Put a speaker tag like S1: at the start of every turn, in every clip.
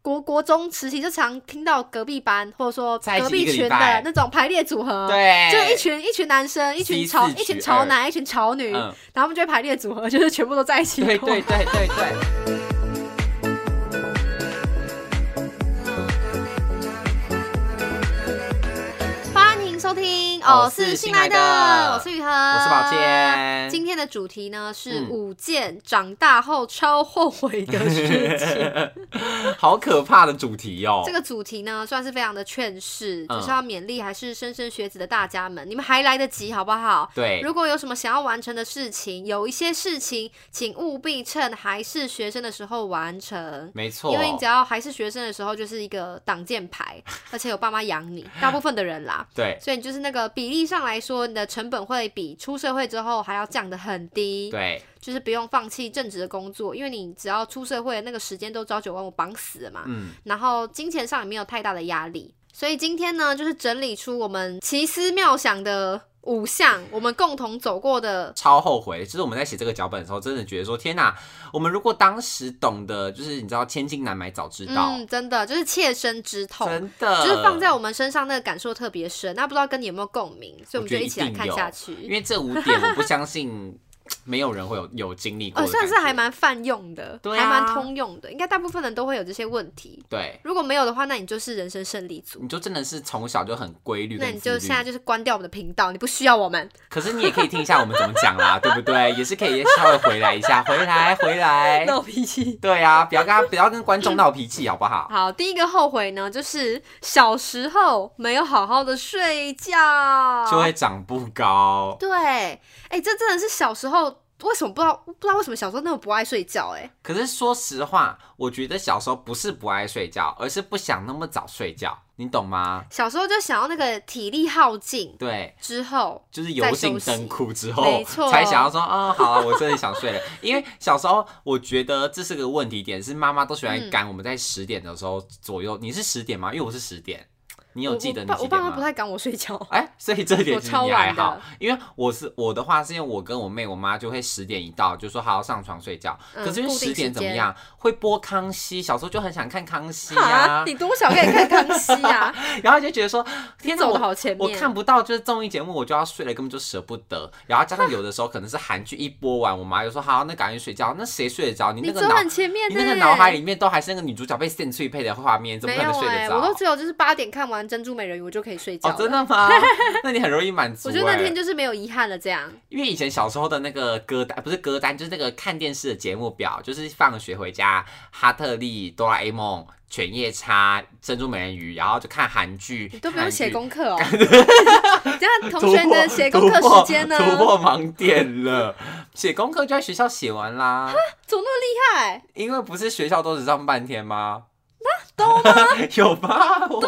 S1: 国国中时期就常听到隔壁班或者说
S2: 在一起
S1: 隔壁
S2: 一个礼
S1: 群的
S2: 拜
S1: 那种排列组合，，
S2: 对，
S1: 就一群一群男生，一群
S2: 七
S1: 潮
S2: 四
S1: 一群
S2: 取
S1: 潮
S2: 二
S1: 男，一群潮女，
S2: 嗯，
S1: 然后他们就会排列组合，就是全部都在一起
S2: 对
S1: 过
S2: 对 对对对，
S1: 欢迎收听
S2: 哦
S1: 哦，是
S2: 是
S1: 新
S2: 新
S1: 来
S2: 来
S1: 的，
S2: 的
S1: 我是雨禾，
S2: 我
S1: 我
S2: 是宝。剑，
S1: 今天的主题呢是
S2: 嗯
S1: 五件长大后超后悔的事 情。
S2: 好可怕的主题哦，
S1: 这个主题呢算是非常的劝世，
S2: 嗯
S1: 就是要勉励还是莘莘学子的大家们，你们还来得及好不好？
S2: 对，
S1: 如果有什么想要完成的事情，有一些事情，请务必趁还是学生的时候完成。
S2: 没错，
S1: 因为你只要还是学生的时候，就是一个挡箭 牌，而且有爸妈养你，大部分的人啦，
S2: 对
S1: 所以你就是那个比例上来说，你的成本会比出社会之后还要降得很低，
S2: 对
S1: 就是不用放弃正职的工作，因为你只要出社会的那个时间都朝九晚五绑死了嘛，
S2: 嗯
S1: 然后金钱上也没有太大的压力。所以今天呢，就是整理出我们奇思妙想的五项，我们共同走过的。
S2: 超后悔，就是我们在写这个脚本的时候，真的觉得说天哪，我们如果当时懂得，就是你知道千金难买早知道，
S1: 嗯，真的就是切身之痛，
S2: 真的
S1: 就是放在我们身上那个感受特别深。那不知道跟你有没有共鸣，所以我们
S2: 我觉
S1: 就
S2: 得
S1: 一起来
S2: 一定
S1: 看
S2: 有
S1: 下
S2: 因
S1: 去。
S2: 为这五点，我不相信没有人会有有经历过
S1: 呃，
S2: 的感觉，
S1: 算是还蛮泛用的，
S2: 对
S1: 还蛮
S2: 啊
S1: 通用的，应该大部分人都会有这些问题。
S2: 对，
S1: 如果没有的话，那你就是人生胜利组
S2: 你。就真的是从小就很规律
S1: 那
S2: 跟
S1: 你
S2: 自
S1: 就
S2: 律，
S1: 现在就是关掉我们的频道，你不需要我们，
S2: 可是你也可以听一下我们怎么讲啦， 对不对？也是可以稍微回来 一下，回来回来，
S1: 闹脾气。
S2: 对啊，不要跟他不要跟观众闹脾气，好不好？
S1: 好，第一个后悔呢，就是小时候没有好好的睡觉，
S2: 就会长不高。
S1: 对，哎、这真的是小时候为什么不知道不知道为什么小时候那么不爱睡觉、哎，
S2: 可是说实话，我觉得小时候不是不爱睡觉，而是不想那么早睡觉，你懂吗？
S1: 小时候就想要那个体力耗尽
S2: 对，
S1: 之后，
S2: 就是油尽
S1: 在休息
S2: 灯枯之
S1: 没
S2: 后
S1: 错，
S2: 才想要说，啊、好啊，我真的想睡了。因为小时候我觉得这是个问题点，是妈妈都喜
S1: 嗯
S2: 欢赶我们在十点的时候左右。你是十点吗？因为我是十点，你
S1: 我
S2: 有记得
S1: 我
S2: 你
S1: 爸
S2: 几
S1: 我
S2: 点
S1: 爸妈不
S2: 吗？
S1: 太赶我睡觉，
S2: 哎、所以这点
S1: 我
S2: 其实
S1: 超
S2: 你还
S1: 晚的
S2: 好，因为我是我的话，是因为我跟我妹、我妈就会十点一到就说好好上床睡觉。
S1: 嗯
S2: 可是因为
S1: 固定
S2: 十点
S1: 时
S2: 怎么
S1: 间
S2: 样，会播康熙，小时候就很想看康熙
S1: 哈
S2: 啊，
S1: 你多少可以看康熙啊？
S2: 然后就觉得说，天哪，
S1: 走的
S2: 我
S1: 好前面，
S2: 我看不到就是综艺节目，我就要睡了，根本就舍不得。然后加上有的时候可能是韩剧一播完，我妈就说好，那赶紧睡觉。那谁睡得着？ 你
S1: 你
S2: 那个
S1: 走
S2: 脑，
S1: 很前面
S2: 你
S1: 呢、
S2: 那个脑海里面都还是那个女主角被扇翠配的画面，怎么
S1: 没
S2: 可能
S1: 有
S2: 睡
S1: 哎、
S2: 得
S1: 我都
S2: 着？
S1: 只有就是八点看完《珍珠美人鱼》，我就可以睡觉
S2: 哦
S1: 了、，
S2: 真的吗？ 那你很容易满足、
S1: 我
S2: 欸。
S1: 觉得那天就是没有遗憾了，这样。
S2: 因为以前小时候的那个歌单，不是歌单，就是那个看电视的节目表，就是放学回家，哈特利、哆啦 A 梦、犬夜叉、珍珠美人鱼，然后就看韩剧，
S1: 你都不用
S2: 看
S1: 写
S2: 韩剧
S1: 功课哦。 这样同学你的写功课时间呢？
S2: 突破突
S1: 怎
S2: 破盲点了，写功课就在学校写完啦，
S1: 么那么厉害？
S2: 因为不是学校都只上半天吗？那都吗？ 有吧？我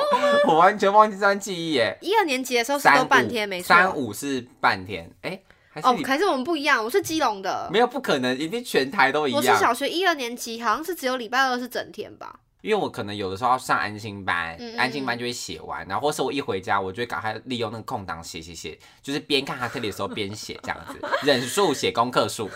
S2: 我完全忘记这段记忆耶。
S1: 一二年级的时候是
S2: 三
S1: 都
S2: 五
S1: 半天，没错。
S2: 三五是半天，哎、还是
S1: 哦，
S2: 你、
S1: 可是我们不一样，我是基隆的，
S2: 没有不可能，一定全台都一
S1: 我是
S2: 样。
S1: 小学一二年级，好像是只有礼拜二是整天 吧。
S2: 因为我可能有的时候要上安心班，
S1: 嗯嗯
S2: 安心班就会写完，然后或是我一回家，我就会赶快利用那个空档写写写，就是边看哈特利的时候边写这样子，忍数写功课数。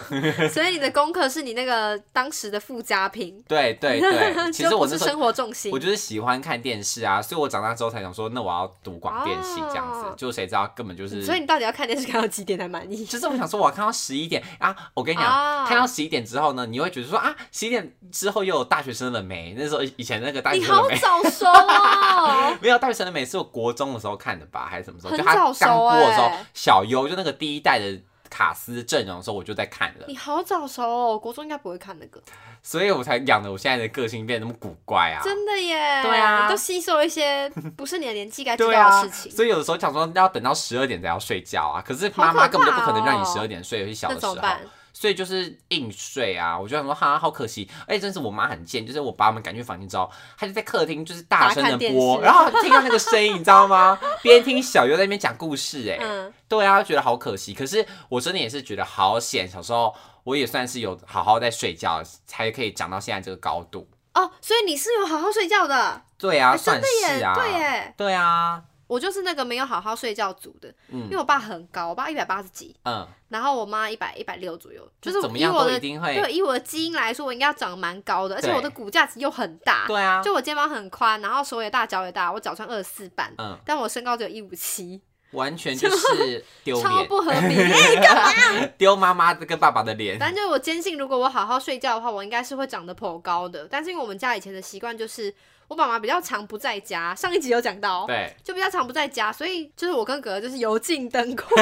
S1: 所以你的功课是你那个当时的附加品，
S2: 对 对对，其实
S1: 就
S2: 我
S1: 不
S2: 那
S1: 是
S2: 时候
S1: 生活重心
S2: 我。就是喜欢看电视啊，所以我长大之后才想说，那我要读广电系这样子。
S1: 哦
S2: 就谁知道根本就是，
S1: 所以你到底要看电视看到几点才满意？
S2: 就是我想说，我要看到十一点啊！我跟你讲，
S1: 哦
S2: 看到十一点之后呢，你会觉得说啊，十一点之后又有大学生了没？那时候以前那个大学
S1: 你
S2: 生了
S1: 好
S2: 没？。
S1: 早熟哦
S2: 没有大学生了没是我国中的时候看的吧，还是什么时候？
S1: 很
S2: 就他
S1: 早熟
S2: 刚播的时候，
S1: 欸
S2: 小优就那个第一代的卡斯阵容的时候，我就在看了
S1: 你，好早熟哦，国中应该不会看那个，
S2: 所以我才养的我现在的个性变得那么古怪啊！
S1: 真的耶。
S2: 对啊
S1: 你都吸收一 些不是你的年纪该知
S2: 对
S1: 道
S2: 啊
S1: 的事，情。
S2: 所以有的时候想说要等到十二点才要睡觉啊，可是
S1: 好
S2: 妈
S1: 可
S2: 妈根本就
S1: 怕
S2: 不可能让你
S1: 哦
S2: 十二点睡，尤其小
S1: 那
S2: 的时
S1: 怎
S2: 候
S1: 么，办？
S2: 所以就是硬睡啊。我就想说哈，好可惜，而且真是我妈很贱，就是我把我们赶去房间之后，她就在客厅就是大声
S1: 大
S2: 的
S1: 看电
S2: 播，
S1: 视
S2: 然后听到那个声音，你知道吗？边听小优在那边讲故事、哎、
S1: 嗯，
S2: 对啊，觉得好可惜。可是我真的也是觉得好险，小时候我也算是有好好在睡觉，才可以长到现在这个高度。
S1: 哦，所以你是有好好睡觉的，
S2: 对啊，
S1: 哎真
S2: 算
S1: 的耶，
S2: 是啊，
S1: 对耶。
S2: 对啊，
S1: 我就是那个没有好好睡觉组的，因为
S2: 嗯
S1: 我爸很高，我爸一百八十几，
S2: 嗯，
S1: 然后我妈一百一百六左右，就是
S2: 怎么
S1: 以
S2: 样
S1: 我
S2: 都
S1: 的
S2: 一定会，
S1: 对以我的基因来说，我应该要长蛮高的，而且
S2: 对
S1: 我的骨架子又很大，
S2: 对啊，
S1: 就我肩膀很宽，然后手也大，脚也大，我脚穿二十四半，
S2: 嗯，
S1: 但我身高只有一五七，
S2: 完 全就是丢
S1: 超
S2: 脸，
S1: 不合理。 哎干嘛？
S2: 丢妈妈跟爸爸的脸，
S1: 反正就是我坚信，如果我好好睡觉的话，我应该是会长得颇高的。但是因为我们家以前的习惯就是，我爸妈比较常不在家，上一集有讲到，
S2: 对，
S1: 就比较常不在家，所以就是我跟哥哥就是油尽灯 枯，。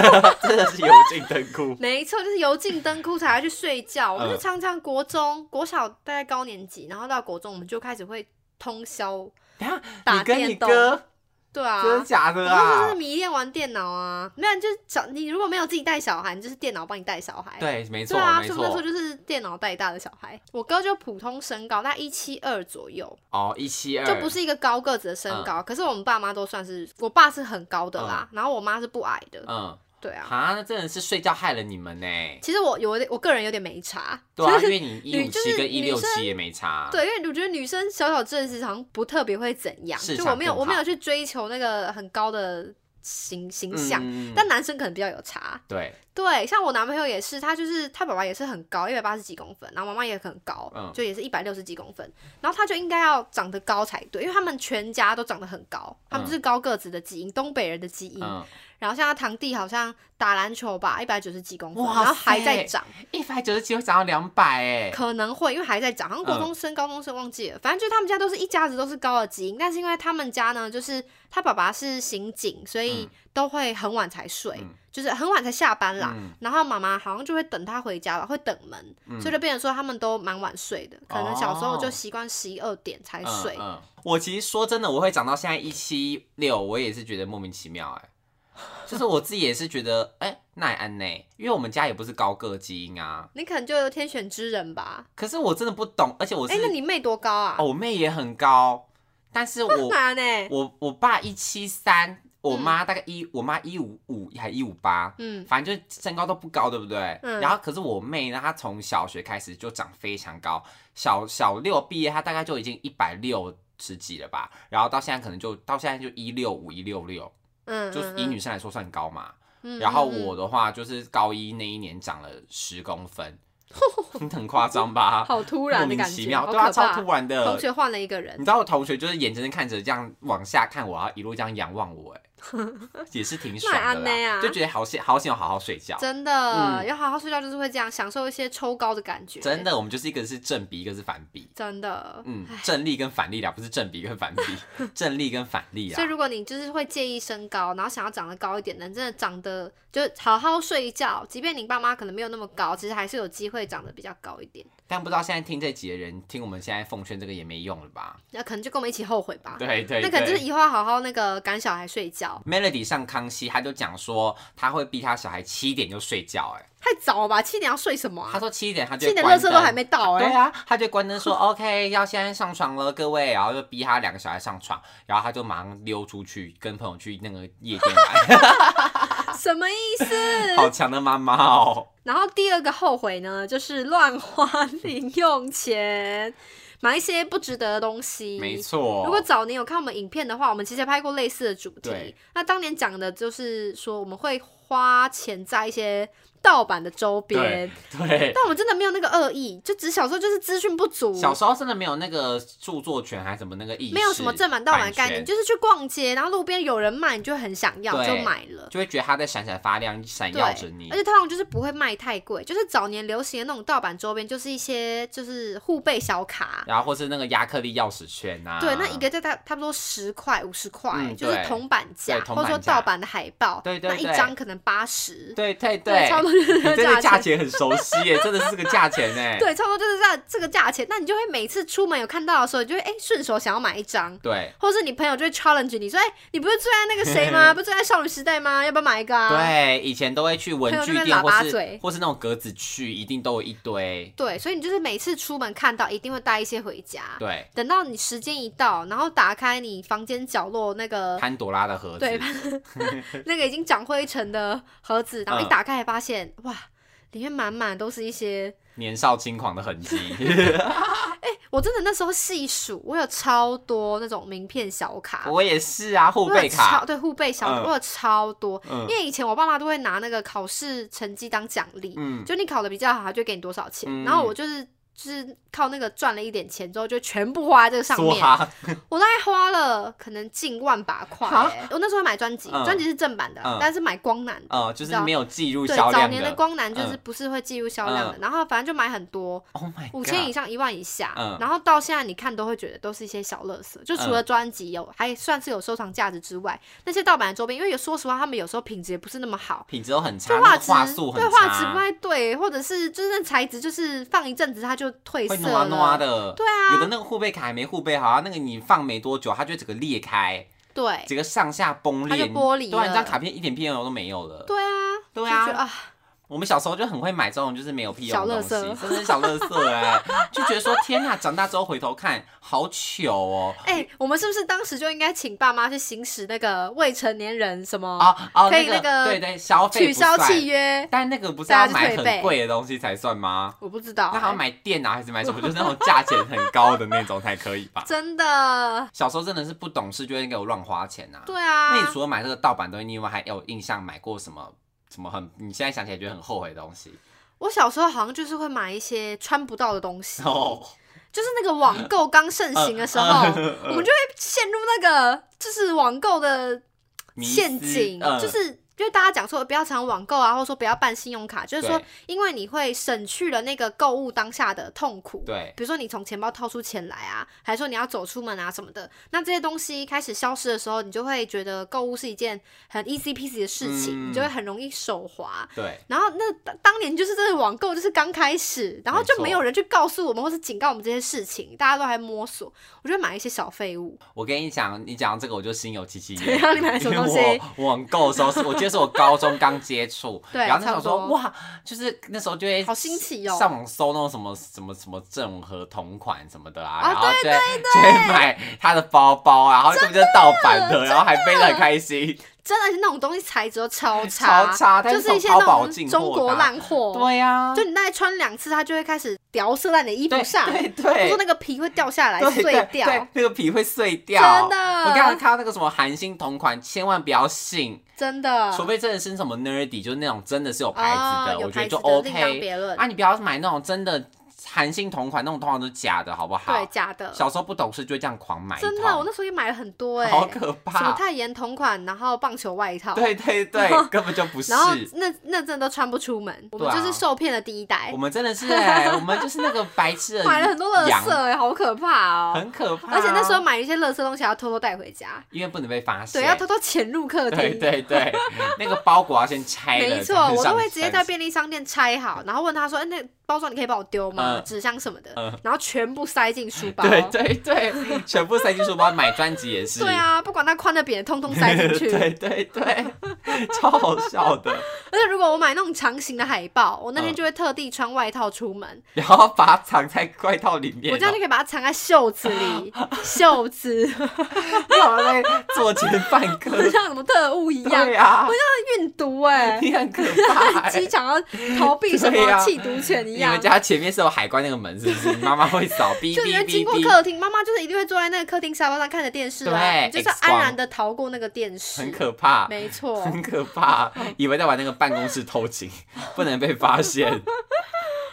S2: 真的是油尽灯枯
S1: 没错，就是油尽灯枯才会去睡觉。我们就
S2: 嗯
S1: 常常国中、国小大概高年级，然后到国中我们就开始会通宵
S2: 等一下
S1: 打
S2: 你跟你
S1: 电动，
S2: 哥，
S1: 对啊，
S2: 真的假
S1: 我
S2: 的
S1: 那时候就是
S2: 啊？
S1: 迷恋玩电脑啊，没有就是小你如果没有自己带小孩，你就是电脑帮你带小孩。
S2: 对，没
S1: 对
S2: 错，
S1: 啊，
S2: 没
S1: 所以我那时候
S2: 错。
S1: 就是电脑带大的小孩。我哥就普通身高，大概一七二左右，
S2: 哦，一七二，嗯
S1: 就不是一个高个子的身高。可是我们爸妈都算是，我爸是很高的啦，然后我妈是不矮的。
S2: 嗯，
S1: 对啊，
S2: 哈，那真的是睡觉害了你们呢。
S1: 其实我有我个人有点没差，
S2: 对啊，因为你一
S1: 女
S2: 五
S1: 就
S2: 七
S1: 是
S2: 跟一
S1: 女
S2: 六
S1: 生
S2: 七也没差。
S1: 对，因为我觉得女生小小这其实好像不特别会怎样，
S2: 市
S1: 就
S2: 场
S1: 我没有
S2: 更
S1: 我没有
S2: 好
S1: 去追求那个很高的形形
S2: 嗯，
S1: 象，
S2: 嗯嗯
S1: 但男生可能比较有差。
S2: 对，
S1: 对，像我男朋友也是，他就是他爸爸也是很高，一百八十几公分，然后妈妈也很高，
S2: 嗯
S1: 就也是一百六十几公分，然后他就应该要长得高才对，因为他们全家都长得很高，他们
S2: 嗯
S1: 就是高个子的基因，东北人的基因。
S2: 嗯，
S1: 然后像他堂弟好像打篮球吧，一百九十几公分，
S2: 哇
S1: 然后还在
S2: 塞
S1: 长，
S2: 一百九十七会涨到两百哎，
S1: 可能会因为还在长，好像国
S2: 嗯
S1: 中生、高中生忘记了，反正就是他们家都是一家子都是高的基因，但是因为他们家呢，就是他爸爸是刑警，所以
S2: 嗯
S1: 都会很晚才睡，
S2: 嗯
S1: 就是很晚才下班啦。
S2: 嗯
S1: 然后妈妈好像就会等他回家吧，会等门，
S2: 嗯
S1: 所以就变成说他们都蛮晚睡的，可能小时候
S2: 哦
S1: 就习惯十一二点才睡。
S2: 嗯嗯。我其实说真的，我会长到现在一七六，我也是觉得莫名其妙 哎、就是我自己也是觉得，哎、那也安内，因为我们家也不是高个基因啊。
S1: 你可能就天选之人吧？
S2: 可是我真的不懂，而且我是、
S1: 哎、那你妹多高啊？
S2: 哦，我妹也很高，但是我
S1: 哪呢？
S2: 我我爸一七三，我妈大概一、我妈一五五还一五八，
S1: 嗯，
S2: 反正就是身高都不高，对不对？
S1: 嗯
S2: 然后可是我妹呢，她从小学开始就长非常高，小小六毕业，她大概就已经一百六十几了吧，然后到现在可能就到现在就一六五一六六，
S1: 嗯，
S2: 就是
S1: 嗯
S2: 以女生来说算高嘛。
S1: 嗯
S2: 然后
S1: 嗯嗯
S2: 我的话就是高一那一年长了十公分， 很夸张吧？
S1: 好突
S2: 莫
S1: 然的
S2: 名
S1: 感觉，
S2: 其妙，
S1: 好
S2: 对啊，
S1: 可怕
S2: 超突然的。
S1: 同学换了一个人
S2: 你，知道我同学就是眼睁睁看着这样往下看我，然后一路这样仰 望我，哎，也是挺爽的
S1: 那也安内
S2: 啦，
S1: 啊
S2: 就觉得好险，好险有好好睡觉。
S1: 真的、要好好睡觉，就是会这样享受一些抽高的感觉，
S2: 嗯真的，我们就是一个是正比，一个是反比。
S1: 真的。
S2: 嗯，正力跟反力啦，不是正比跟 反比，正力跟反力
S1: 所以
S2: 啦。
S1: 如果你就是会介意身高，然后想要长得高一点的，真的长得就好好睡觉，即便你爸妈可能没有那么高，其实还是有机会长得比较高一点。
S2: 但不知道现在听这集的人，听我们现在奉劝这个也没用了 吧？
S1: 那可能就跟我们一起后悔吧。
S2: 对对
S1: 那可能就是
S2: 对。
S1: 以后要好好那个赶小孩睡觉，
S2: Melody 上康熙，他就讲说他会逼他小孩七点就睡觉、哎，
S1: 太早了吧？七点要睡什么
S2: 他
S1: 啊？
S2: 说七点他
S1: 七
S2: 就会
S1: 点
S2: 关
S1: 垃圾都还
S2: 灯
S1: 没到哎、
S2: 对啊，他就关灯说 OK，要现在上床了，各位，然后就逼他两个小孩上床，然后他就马上溜出去跟朋友去那个夜 店玩，啊
S1: 什么意思？
S2: 好强的妈妈哦。
S1: 然后第二个后悔呢，就是乱花 零用钱，买一些不值得的东西。
S2: 没。错，
S1: 如果早年有看我们影片的话，我们其实也拍过类似的主题
S2: 对。
S1: 那当年讲的就是说我们会花钱在一些盗版的周边
S2: 对，对。
S1: 但我们真的没有那个恶意，就只小时候就是资讯不足，
S2: 小时候真的没有那个著作权还是什么那个意识，
S1: 没有什么正版盗版概念，
S2: 版权
S1: 就是去逛街，然后路边有人卖，你就很想要，
S2: 对
S1: 就买了。
S2: 就会觉得它在闪闪发亮，闪
S1: 对，
S2: 耀着你
S1: 而。且通常就是不会卖太贵，就是早年流行的那种盗版周边，就是一些就是护贝小卡，
S2: 然后或是那个亚克力钥匙圈啊，
S1: 对，那一个在大差不多十块五十块，
S2: 嗯
S1: 就是
S2: 对
S1: 铜板价，
S2: 对铜
S1: 或者说
S2: 板价
S1: 盗版的海报，
S2: 对对
S1: 那一
S2: 对
S1: 张可能八十，
S2: 对对
S1: 差不多就是
S2: 你
S1: 这
S2: 对
S1: 个
S2: 这价
S1: 价钱。
S2: 钱很熟悉耶，真的是这个价钱哎，
S1: 对，差不多就是这样这个价钱，那你就会每次出门有看到的时候，你就会哎顺、手想要买一张，
S2: 对，
S1: 或者是你朋友就会 challenge 你说，哎、你不是最爱那个谁 吗？不是最爱少女时代吗？要不要买一个啊？
S2: 对，以前都会去文
S1: 朋友
S2: 具
S1: 这边
S2: 店
S1: 喇
S2: 或
S1: 叭嘴
S2: 是或是那种格子去，一定都有一堆。
S1: 对，所以你就是每次出门看到，一定会带一些回家。
S2: 对，
S1: 等到你时间一到，然后打开你房间角落那个
S2: 潘朵拉的盒子
S1: 呃对， 那个已经长灰尘的盒子，然后一
S2: 嗯
S1: 打开，发现、哇，里面满满都是一些
S2: 年少轻狂的痕迹。
S1: 我真的那时候细数，我有超多那种名片小卡，
S2: 我也是啊，护
S1: 我有
S2: 贝卡
S1: 超，对护背小卡，
S2: 嗯
S1: 我有超多。
S2: 嗯
S1: 因为以前我爸妈都会拿那个考试成绩当奖励，
S2: 嗯，
S1: 就你考的比较好，他就给你多少钱。
S2: 嗯
S1: 然后我就是就是靠那个赚了一点钱之后，就全部花在这个上面。
S2: 哈，
S1: 我大概花了可能近万把块、
S2: 哈
S1: 欸我那时候买专辑，
S2: 嗯
S1: 专辑是正版的，
S2: 嗯
S1: 但是买光南的，
S2: 嗯，就是没有计入
S1: 对，
S2: 销
S1: 早
S2: 量
S1: 年的
S2: 的。嗯
S1: 光南就是不是会计入销量的，然后反正就买很多，
S2: Oh my god，
S1: 五千以上一万以下，
S2: 嗯
S1: 然后到现在你看都会觉得都是一些小乐色，就除了专辑有、还算是有收藏价值之外，那些盗版的周边，因为有说实话他们有时候品质也不是那么好。
S2: 品质都很
S1: 就
S2: 差，
S1: 画
S2: 啊那
S1: 质
S2: 个画素很
S1: 对
S2: 差，
S1: 画质不太对，或者是就是那材质，就是放一阵子它就褪
S2: 会
S1: 色
S2: 挪啊
S1: 了。
S2: 挪啊的。
S1: 对啊
S2: 有的那个护贝卡还没护贝好，那个你放没多久，它就整个裂开，
S1: 对
S2: 整个上下崩
S1: 哎它
S2: 裂，
S1: 就剥离
S2: 对啊，你
S1: 了
S2: 这张卡片一点屁用都没有了。
S1: 对啊，
S2: 对
S1: 就觉得
S2: 啊，
S1: 啊，
S2: 我们小时候就很会买这种就是没有屁用的东
S1: 小垃圾
S2: 西，真的是小乐色哎，就觉得说天呐，长大之后回头看好糗哦。
S1: 哎、我们是不是当时就应该请爸妈去行使那个未成年人什么
S2: 哦哦，
S1: 可以
S2: 那
S1: 那个
S2: 对对，消费
S1: 取
S2: 不
S1: 消
S2: 算
S1: 契约？
S2: 但那个不是
S1: 大
S2: 要
S1: 家就
S2: 买
S1: 退费哎
S2: 很贵的东西才算吗？
S1: 我不知道、？
S2: 那好像买电脑还是买什么，就是那种价钱很高的那种才可以吧
S1: 真的，
S2: 小时候真的是不懂事，就会给我乱花钱呐、啊。
S1: 对啊，
S2: 那你除了买这个盗版东西，你有没有还有印象买过什么什么很你现在想起来觉得很后悔的东西？
S1: 我小时候好像就是会买一些穿不到的东西，
S2: 哦，嗯
S1: 就是那个网购刚盛行的时候，我们就会陷入那个就是网购的
S2: 迷思
S1: 陷阱，
S2: 嗯
S1: 就是。因为大家讲说不要常网购啊，或者说不要办信用卡，就是说
S2: 对，
S1: 因为你会省去了那个购物当下的痛苦。
S2: 对，
S1: 比如说你从钱包掏出钱来啊，还是说你要走出门啊什么的，那这些东西开始消失的时候，你就会觉得购物是一件很 easy peasy 的事情，
S2: 嗯
S1: 你就会很容易手滑。
S2: 对，
S1: 然后那当当年就是真的网购就是刚开始，然后就没有人去告诉我们或是警告我们这些事情，大家都还摸索。我就会买一些小废物，
S2: 我跟你讲，你讲到这个我就心有戚戚
S1: 对
S2: 焉。
S1: 啊，你买了什
S2: 因
S1: 么
S2: 为
S1: 东西？
S2: 我网购的时候是，我记得是我高中刚接触，
S1: 对
S2: 然后那时候
S1: 差
S2: 说
S1: 不多
S2: 哇，就是那时候就会
S1: 好新奇哦
S2: 上网搜那种什么什么什么正和同款什么的啊，
S1: 啊
S2: 然后就会就会买他的包包啊，然后这不就是盗版的，然后还背得很开心，
S1: 真的是那种东西材质都超差，
S2: 超差，但
S1: 就是是一些
S2: 从
S1: 那
S2: 淘宝
S1: 种
S2: 进
S1: 中
S2: 货
S1: 国
S2: 的啊，
S1: 烂货。
S2: 对呀，
S1: 哦就你大概穿两次，它就会开始掉色在你的衣服
S2: 对
S1: 上，
S2: 对
S1: 我说
S2: 对。
S1: 那个皮会掉下来
S2: 对
S1: 碎
S2: 对
S1: 掉，
S2: 对，那个皮会碎掉。
S1: 真
S2: 我刚才
S1: 的，
S2: 看到那个什么韩星同款，千万不要信，
S1: 真的，
S2: 除非真的是什么 nerdy，就是那种真的是有牌子
S1: 哦
S2: 的，
S1: 有
S2: 我觉
S1: 牌
S2: 得
S1: 子
S2: 就
S1: 的另当
S2: OK。
S1: 别论。
S2: 啊，你不要买那种真的韩星同款，那种通常都是假的，好不
S1: 对，
S2: 好？
S1: 假的，
S2: 小时候不懂事就会这样狂买一
S1: 真的，
S2: 套
S1: 我那时候也买了很多哎、
S2: 好可
S1: 什么
S2: 怕。
S1: 泰妍同款，然后棒球外套，
S2: 对对对，根本就不是
S1: 然。后那那阵都穿不出门，我们
S2: 对啊
S1: 就是受骗的第一代
S2: 我，们真的是哎、我们就是那个白痴的
S1: 买了很多垃圾
S2: 羊，
S1: 哎、好可怕哦、
S2: 很可怕啊。
S1: 而且那时候买一些垃圾东西还要偷偷带回家，
S2: 因为不能被发现，
S1: 对，要偷偷潜入客厅。
S2: 对对对，那个包裹要先拆了，
S1: 没错，
S2: 才能
S1: 我都
S2: 上
S1: 会直接
S2: 山
S1: 在便利商店拆好，然后问他说：“哎、那包装你可以帮我丢吗？
S2: 嗯
S1: 纸、箱什么的。
S2: 嗯
S1: 然后全部塞进书包。
S2: 对对对，全部塞进书包，买专辑也是。
S1: 对啊，不管它宽的扁的，通通塞 进去。
S2: 对对对，超好笑的。
S1: 而且如果我买那种长形的海报，我那天
S2: 嗯
S1: 就会特地穿外套出门，
S2: 然后把它藏在外套里面、
S1: 我
S2: 哦，
S1: 这样就可以把它藏在袖子 里，袖子
S2: 你好像在做奸犯科。
S1: 就像什么特务一样
S2: 对呀、
S1: 运毒哎、
S2: 你很可怕、
S1: 机
S2: 欸。
S1: 场要逃避什
S2: 对
S1: 么
S2: 啊
S1: 弃毒犬一
S2: 你
S1: 样
S2: 们。家前面是有海关那个门，是不是？你妈妈会扫，哔
S1: 就你
S2: 哔
S1: 会
S2: 哔
S1: 经过
S2: 哔，
S1: 客厅，妈妈就是一定会坐在那个客厅沙发上看着电视啊，
S2: 对
S1: 你就是
S2: X
S1: 安
S2: 光
S1: 然的逃过那个电视，
S2: 很可怕，
S1: 没错。嗯
S2: 很可怕。以为在玩那个办公室偷情， 不能被发现。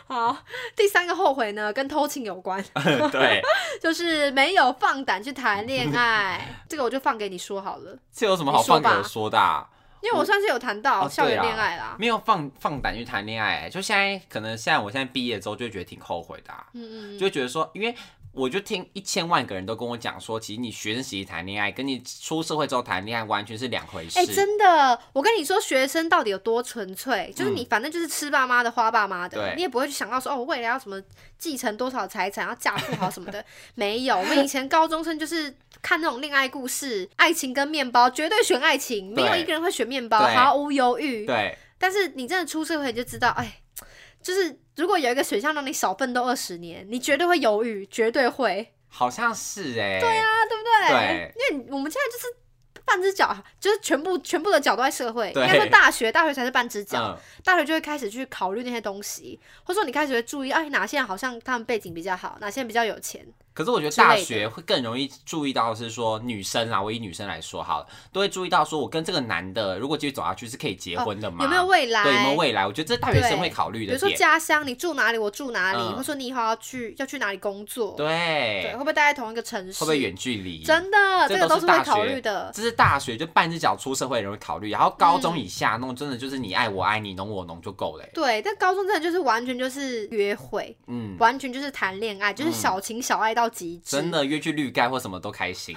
S1: 好，第三个后悔呢，跟偷情有 关，
S2: 对，
S1: 就是没有放胆去谈恋爱。这个我就放给你说好了，
S2: 这有什么好放给我说的、啊？
S1: 因为我算是有谈到
S2: 哦
S1: 校园
S2: 对啊
S1: 恋爱啦。
S2: 没有放放胆去谈恋爱、就现在可能现在我现在毕业之后就会觉得挺后悔的、啊，
S1: 嗯嗯嗯，
S2: 就会觉得说，因为我就听一千万个人都跟我讲说，其实你学生时期谈恋爱跟你出社会之后谈恋爱完全是两回事。
S1: 哎、真的，我跟你说，学生到底有多纯粹？就是你反正就是吃爸妈的，花爸妈的，
S2: 嗯对
S1: 你也不会去想到说哦，我未来要什么继承多少财产，要嫁富豪什么的。没有，我们以前高中生就是看那种恋爱故事，爱情跟面包绝对选爱情，没有
S2: 对
S1: 一个人会选面包，
S2: 对
S1: 毫无犹豫。
S2: 对
S1: 但是你真的出社会，你就知道，哎，就是如果有一个选项让你少奋斗二十年，你绝对会犹豫，绝对会，
S2: 好像是哎、对呀、
S1: 啊，对不对？
S2: 对
S1: 因为我们现在就是半只脚就是全部全部的脚都在社会，应
S2: 对
S1: 该说大学大学才是半只脚，
S2: 嗯，
S1: 大学就会开始去考虑那些东西，或者说你开始会注意，哎，哪些人好像他们背景比较好，哪些人比较有钱，
S2: 可是我觉得
S1: 之类的
S2: 大学会更容易注意到的是说女生啊啦，我以女生来说好了，都会注意到说我跟这个男的如果继续走下去是可以结婚的吗？
S1: 哦有没有未来，
S2: 对有没有未来？我觉得这是大学生会考虑
S1: 比
S2: 的
S1: 如说
S2: 点。
S1: 家乡，你住哪里，我住哪里，
S2: 嗯
S1: 或者说你以后要去要去哪里工作，对，会
S2: 对，会
S1: 不会待在同一个城市，
S2: 不会远距离？
S1: 真的，
S2: 这
S1: 这个都
S2: 都是
S1: 是
S2: 大
S1: 会考
S2: 学
S1: 虑的，
S2: 这是大学就半只脚出社会的人会考虑，然后高中以下那种真的就是你爱我爱你，侬我侬就够了欸。
S1: 对，但高中真的就是完全就是约会，
S2: 嗯，
S1: 完全就是谈恋爱，就是小情小爱到极致。
S2: 真，的约去绿盖或什么都 开心。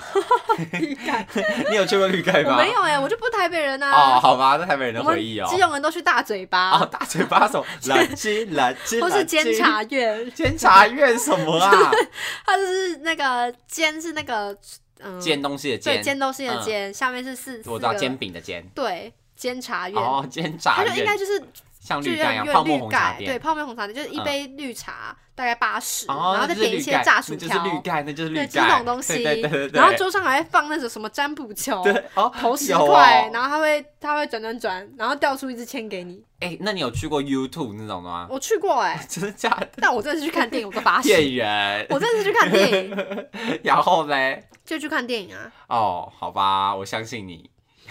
S1: 绿盖
S2: 你有去过绿盖
S1: 我
S2: 吗？
S1: 没有哎、我就不是台北人啊。
S2: 哦，好吧，这台北人的
S1: 我
S2: 回忆哦
S1: 们。基隆人都去大嘴巴，
S2: 哦，大嘴巴 手，垃圾垃圾，
S1: 或是
S2: 垃圾
S1: 监察院，
S2: 监察院什么啊？
S1: 它就是那个监是那个嗯，
S2: 煎东西的
S1: 对
S2: 煎，
S1: 监都是的
S2: 嗯
S1: 监，下面是四，
S2: 我
S1: 四
S2: 知道
S1: 个
S2: 煎饼的煎。
S1: 对监察院，
S2: 哦，监
S1: 它
S2: 察
S1: 就应该
S2: 院
S1: 就是
S2: 像
S1: 就
S2: 绿
S1: 有
S2: 盖一样，
S1: 点
S2: 泡沫
S1: 绿
S2: 红茶
S1: 盖，
S2: 店
S1: 对，。泡沫红茶店就是一
S2: 嗯
S1: 杯绿茶大概八十，
S2: 哦，
S1: 然后
S2: 那
S1: 再
S2: 就是
S1: 点一
S2: 绿
S1: 些
S2: 盖
S1: 炸薯
S2: 那就是绿
S1: 条，
S2: 盖，那就是绿
S1: 对，这
S2: 盖，
S1: 种东西，
S2: 对对对对对。
S1: 然后桌上还会放那种什么占卜球，
S2: 对哦，
S1: 投十
S2: 有哦
S1: 块，然后它会它会转转转，然后掉出一支签给你。
S2: 哎、那你有去过 YouTube 那种的吗？
S1: 我去过哎、
S2: 真的假的？
S1: 但我真的啊是去看电影，我都发现，
S2: 骗人。
S1: 我真的是去看电影，
S2: 然后嘞，
S1: 就去看电影啊，
S2: 哦，好吧，我相信你，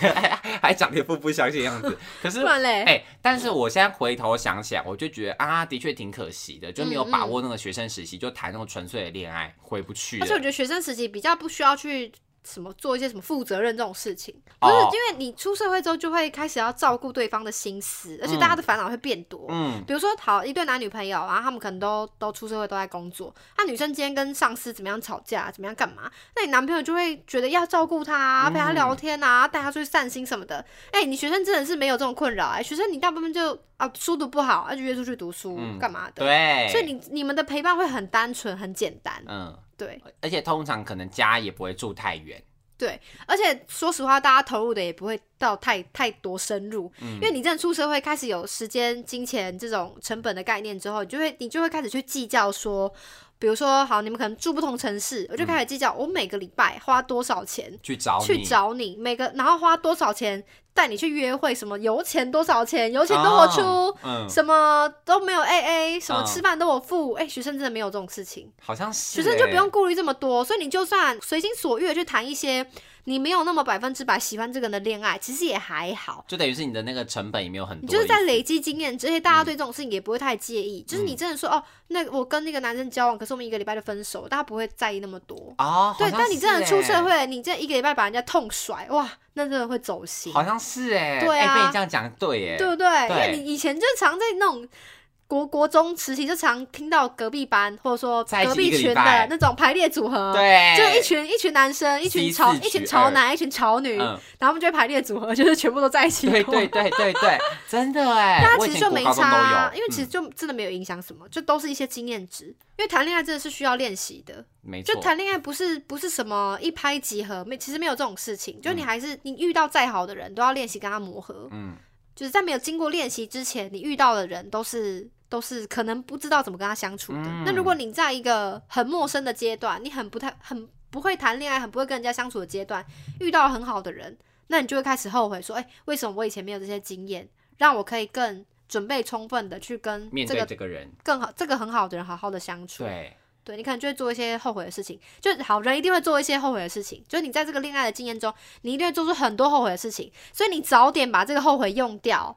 S2: 还讲一副不相信的样子。可是
S1: 不，然嘞，
S2: 哎、但是我现在回头想起来，我就觉得啊，的确挺可惜的，就没有
S1: 嗯
S2: 把握那个学生时期，就谈那种纯粹的恋爱，回不去
S1: 而且我
S2: 了。
S1: 觉得学生时期比较不需要去什么做一些什么负责任这种事情，不
S2: 哦
S1: 是因为你出社会之后就会开始要照顾对方的心思，而且大家的烦恼会变多。
S2: 嗯，
S1: 比如说，好一对男女朋友，啊然后他们可能都都出社会都在工作，那女生今天跟上司怎么样吵架，怎么样干嘛，那你男朋友就会觉得要照顾她、啊，
S2: 嗯
S1: 陪她聊天啊，带她出去散心什么的。哎、你学生真的是没有这种困扰哎、学生你大部分就啊书读不好，那、就约出去读书
S2: 嗯
S1: 干、嘛的，
S2: 对。
S1: 所以，你你们的陪伴会很单纯很简单，
S2: 嗯，
S1: 对。
S2: 而且通常可能家也不会住太远。
S1: 而且说实话，大家投入的也不会到太太多深入，
S2: 嗯
S1: 因为你真的出社会开始有时间、金钱这种成本的概念之后，你就会你就会开始去计较说，比如说好，你们可能住不同城市，我就开始计较我每个礼拜花多少钱
S2: 去找你，
S1: 去找你，每个然后花多少钱带你去约会，什么油钱多少钱，油钱都我出。
S2: 哦嗯，
S1: 什么都没有 A A，什么
S2: 嗯
S1: 吃饭都我付，哎、学生真的没有这种事情。
S2: 好像
S1: 学
S2: 是、欸。
S1: 生就不用顾虑这么多，所以你就算随心所欲的去谈一些你没有那么百分之百喜欢这个人的恋爱，其实也还好。
S2: 就等于是你的那个成本也没有很多，
S1: 你就是在累积经验，而且大家对这种事情也不会太介意。就是你真的说哦，那我跟那个男生交往，可是我们一个礼拜就分手，大家不会在意那么多。
S2: 哦，
S1: 对，
S2: 好像
S1: 但你真的
S2: 是
S1: 出
S2: 欸
S1: 社，会，你这一个礼拜把人家痛甩，哇，那真的会走心，
S2: 好像是哎、
S1: 对啊
S2: 哎被你这样讲对耶，
S1: 对不对？因为你以前就常在那种国国中时期，就常听到隔壁班或者说
S2: 在一起
S1: 隔
S2: 一
S1: 壁
S2: 个礼
S1: 群的
S2: 拜
S1: 那种排列组合，
S2: 对，
S1: 啊就一群一群男生，一群
S2: C
S1: 潮
S2: 四
S1: 一群
S2: 取
S1: 潮
S2: 二
S1: 男，一群潮女，
S2: 嗯，
S1: 然后他们就会排列组合，就是全部都在一起过。
S2: 对对对对对，真的哎，
S1: 大家
S2: 我
S1: 其
S2: 以
S1: 实
S2: 前
S1: 就
S2: 国
S1: 没
S2: 高中
S1: 差
S2: 都
S1: 啊、
S2: 有，嗯
S1: 因为其实就真的没有影响什么，就都是一些经验值。因为谈恋爱真的是需要练习的，
S2: 嗯没错，
S1: 就谈恋爱不是不是什么一拍即合，没其实没有这种事情。就你还是、你遇到再好的人，都要练习跟他磨合。
S2: 嗯，
S1: 就是在没有经过练习之前，你遇到的人都是都是可能不知道怎么跟他相处的。
S2: 嗯
S1: 那如果你在一个很陌生的阶段，你很不太很不会谈恋爱，很不会跟人家相处的阶段，遇到很好的人，那你就会开始后悔说，哎、为什么我以前没有这些经验，让我可以更准备充分的去跟
S2: 面
S1: 这
S2: 对
S1: 个
S2: 这个人，
S1: 更好这个很好的人好好的相处。
S2: 对，
S1: 对你可能就会做一些后悔的事情，就好人一定会做一些后悔的事情，就是你在这个恋爱的经验中，你一定会做出很多后悔的事情，所以你早点把这个后悔用 掉，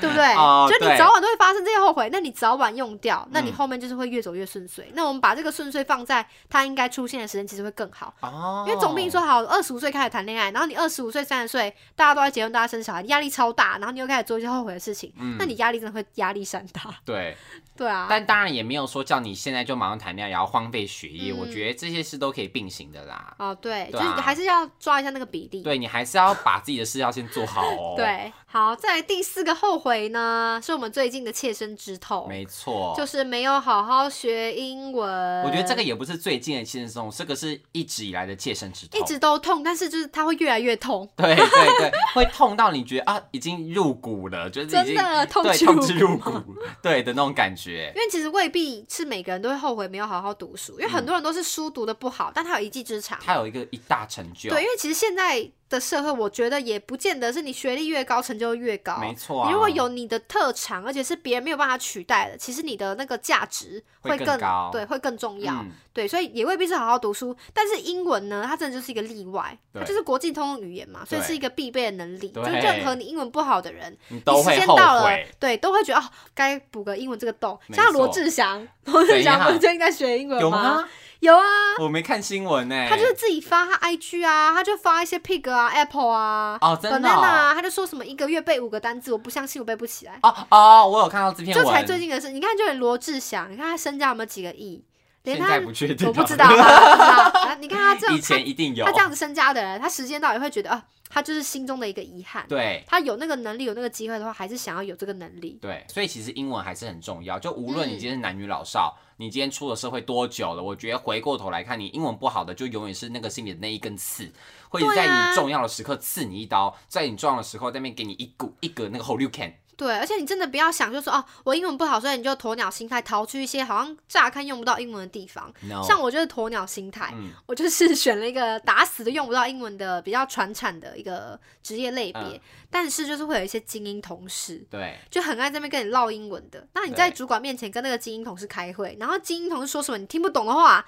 S1: 对不对？
S2: 哦
S1: 就你
S2: 对
S1: 早晚都会发生这些后悔，那你早晚用掉，那你
S2: 嗯
S1: 后面就是会越走越顺遂。那我们把这个顺遂放在它应该出现的时间，其实会更好。
S2: 哦，
S1: 因为总比你说好二十五岁开始谈恋爱，然后你二十五岁、三十岁大家都在结婚、大家生小孩，压力超大，然后你又开始做一些后悔的事情，
S2: 嗯
S1: 那你压力真的会压力山大。
S2: 对，
S1: 对啊，
S2: 但当然也没有说叫你现在就马上谈恋爱，然后荒废学业，
S1: 嗯
S2: 我觉得这些事都可以并行的啦。
S1: 哦对，就
S2: 对
S1: 是
S2: 啊
S1: 还是要抓一下那个比例。。，
S2: 对你还是要把自己的事要先做好哦
S1: 嗯对，好，再来第四个后悔呢，是我们最近的切身之痛，
S2: 没错，
S1: 就是呃没有好好学英文。
S2: 我觉得这个也不是最近的切身之痛，这个是一直以来的切身之痛。
S1: 一直都痛，但是就是它会越来越痛，
S2: 对对对，会痛到你觉得啊，已经入骨了，就是已
S1: 真
S2: 经
S1: 的痛
S2: 对
S1: 之
S2: 痛之
S1: 入
S2: 入
S1: 骨吗。
S2: 骨，对的那种感觉。
S1: 因为其实未必是每个人都会后悔没有好好
S2: 嗯
S1: 读书，因为很多人都是书读的不好，但他有一技之长。
S2: 他有一个一大成就，
S1: 对，因为其实现在的社会，我觉得也不见得是你学历越高成就越高。
S2: 没错啊
S1: 你如果有你的特长，而且是别人没有办法取代的，其实你的那个价值
S2: 会
S1: 更
S2: 更高
S1: 对，会更重要。
S2: 嗯
S1: 对，所以也未必是好好读书，但是英文呢，它真的就是一个例外，它
S2: 对
S1: 就是国际通用语言嘛，所以
S2: 对
S1: 是一个必备的能力。就
S2: 对
S1: 是任何你英文不好的人，
S2: 你
S1: 你
S2: 都
S1: 时
S2: 会
S1: 间
S2: 后
S1: 到了
S2: 悔。，
S1: 对，都会觉得哦，该补个英文这个洞。
S2: 没
S1: 像罗
S2: 错
S1: 志祥，罗志祥不
S2: 样
S1: 是最近在学英文
S2: 有
S1: 吗？
S2: 吗？哎
S1: 有啊，
S2: 我没看新闻欸呢、
S1: 他就是自己发他 IG 啊，他就发一些 pig 啊、apple 啊、
S2: 哦，真的
S1: banana
S2: 哦
S1: 啊，他就说什么一个月背五个单字，我不相信我背不起来。
S2: 哦哦，我有看到这篇
S1: 就
S2: 文，
S1: 才最近的事，你看，就连罗志祥，你看他身价有没有几个亿？连
S2: 现
S1: 他
S2: 在不确定，
S1: 我不知 道，我不知道。啊你看他这
S2: 以
S1: 种，
S2: 前一定有
S1: 他他这样子身家的人，他时间到也会觉得，啊，他就是心中的一个遗憾。
S2: 对。
S1: 他有那个能力，有那个机会的话，还是想要有这个能力。
S2: 对，所以其实英文还是很重要。就无论
S1: 嗯
S2: 你今天是男女老少，你今天出了社会多久了，我觉得回过头来看，你英文不好的，就永远是那个心里的那一根刺，会
S1: 对啊
S2: 在你重要的时刻刺你一刀，在你重要的时候在那边给你一股一个那个 hold you can。
S1: 对，而且你真的不要想，就说哦，我英文不好，所以你就鸵鸟心态，逃去一些好像乍看用不到英文的地方。
S2: No，
S1: 像我就是鸵鸟心态，
S2: 哦嗯
S1: 我就是选了一个打死都用不到英文的比较传产的一个职业类别，
S2: 嗯
S1: 但是就是会有一些精英同事，
S2: 对
S1: 就很爱在那边跟你唠英文的。那你在
S2: 对
S1: 主管面前跟那个精英同事开会，然后精英同事说什么你听不懂的话，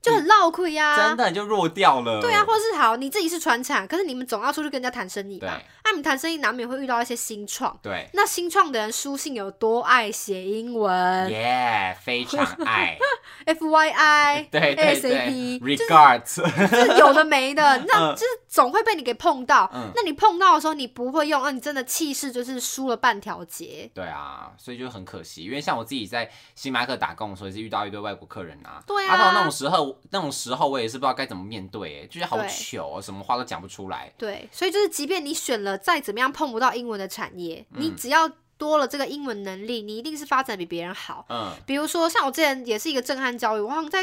S1: 就很闹亏呀。
S2: 嗯真的你就弱掉了。
S1: 啊对啊，或是好，你自己是传产，可是你们总要出去跟人家谈生意吧啊
S2: 对？
S1: 那、你们谈生意难免会遇到一些新创，
S2: 对，
S1: 那新创的人书信有多爱写英文
S2: 耶、非常 爱，
S1: ？F Y I
S2: 对对对
S1: ASAP
S2: ，regards，
S1: 是有的没 的，那
S2: 嗯
S1: 就是总会被你给碰到。
S2: 嗯
S1: 那你碰到的时候，你不会用，那、啊你真的气势就是输了半条街。
S2: 对啊，所以就很可惜，因为像我自己在星巴克打工的时候，也是遇到一堆外国客人啊。
S1: 对啊
S2: 到那种时候，那种时候我也是不知道该怎么面对，哎，就是好
S1: 对
S2: 糗、哦，什么话都讲不出来。
S1: 对，所以就是，即便你选了再怎么样碰不到英文的产业，
S2: 嗯
S1: 你只要多了这个英文能力，你一定是发展比别人好。
S2: 嗯
S1: 比如说，像我之前也是一个震撼教育，我好像在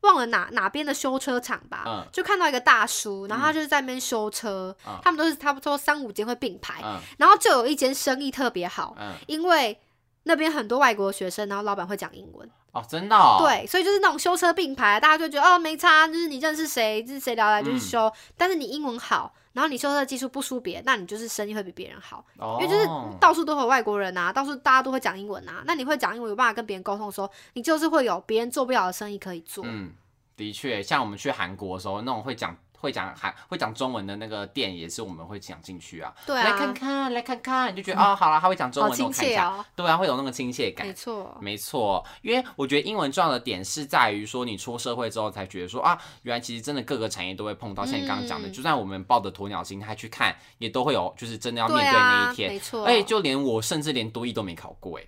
S1: 忘了哪哪边的修车厂吧，
S2: 嗯
S1: 就看到一个大叔，然后他就是在那边修车，
S2: 嗯
S1: 他们都是差不多三五间会并排，
S2: 嗯
S1: 然后就有一间生意特别好，
S2: 嗯，
S1: 因为那边很多外国学生，然后老板会讲英文，
S2: 哦，真的、哦，，
S1: 对，所以就是那种修车并排，大家就觉得哦没差，就是你认识谁，就是谁聊来
S2: 嗯
S1: 就是修，但是你英文好，然后你修车技术不输别人，那你就是生意会比别人好，
S2: 哦、
S1: 因为就是到处都有外国人啊，到处大家都会讲英文啊，那你会讲英文，有办法跟别人沟通的时候，你就是会有别人做不了的生意可以做。
S2: 嗯，的确，像我们去韩国的时候，那种会讲会讲韩会讲中文的那个店，也是我们会讲进去啊。
S1: 对
S2: 来看
S1: 啊，嗯
S2: 看，来看看，你就觉得、哦，好了，他会讲中
S1: 好
S2: 文，那
S1: 亲
S2: 我看一
S1: 切
S2: 下。
S1: 哦，
S2: 对啊，会有那个亲切感
S1: 没。错，
S2: 没错，因为我觉得英文重要的点是在于说，你出社会之后才觉得说啊，原来其实真的各个产业都会碰到。像你刚刚讲的，
S1: 嗯
S2: 就算我们抱着鸵鸟心态去看，也都会有就是真的要面
S1: 对
S2: 对那
S1: 啊
S2: 一，天。
S1: 没错，
S2: 而且就连我，甚至连多艺都没考 过哎、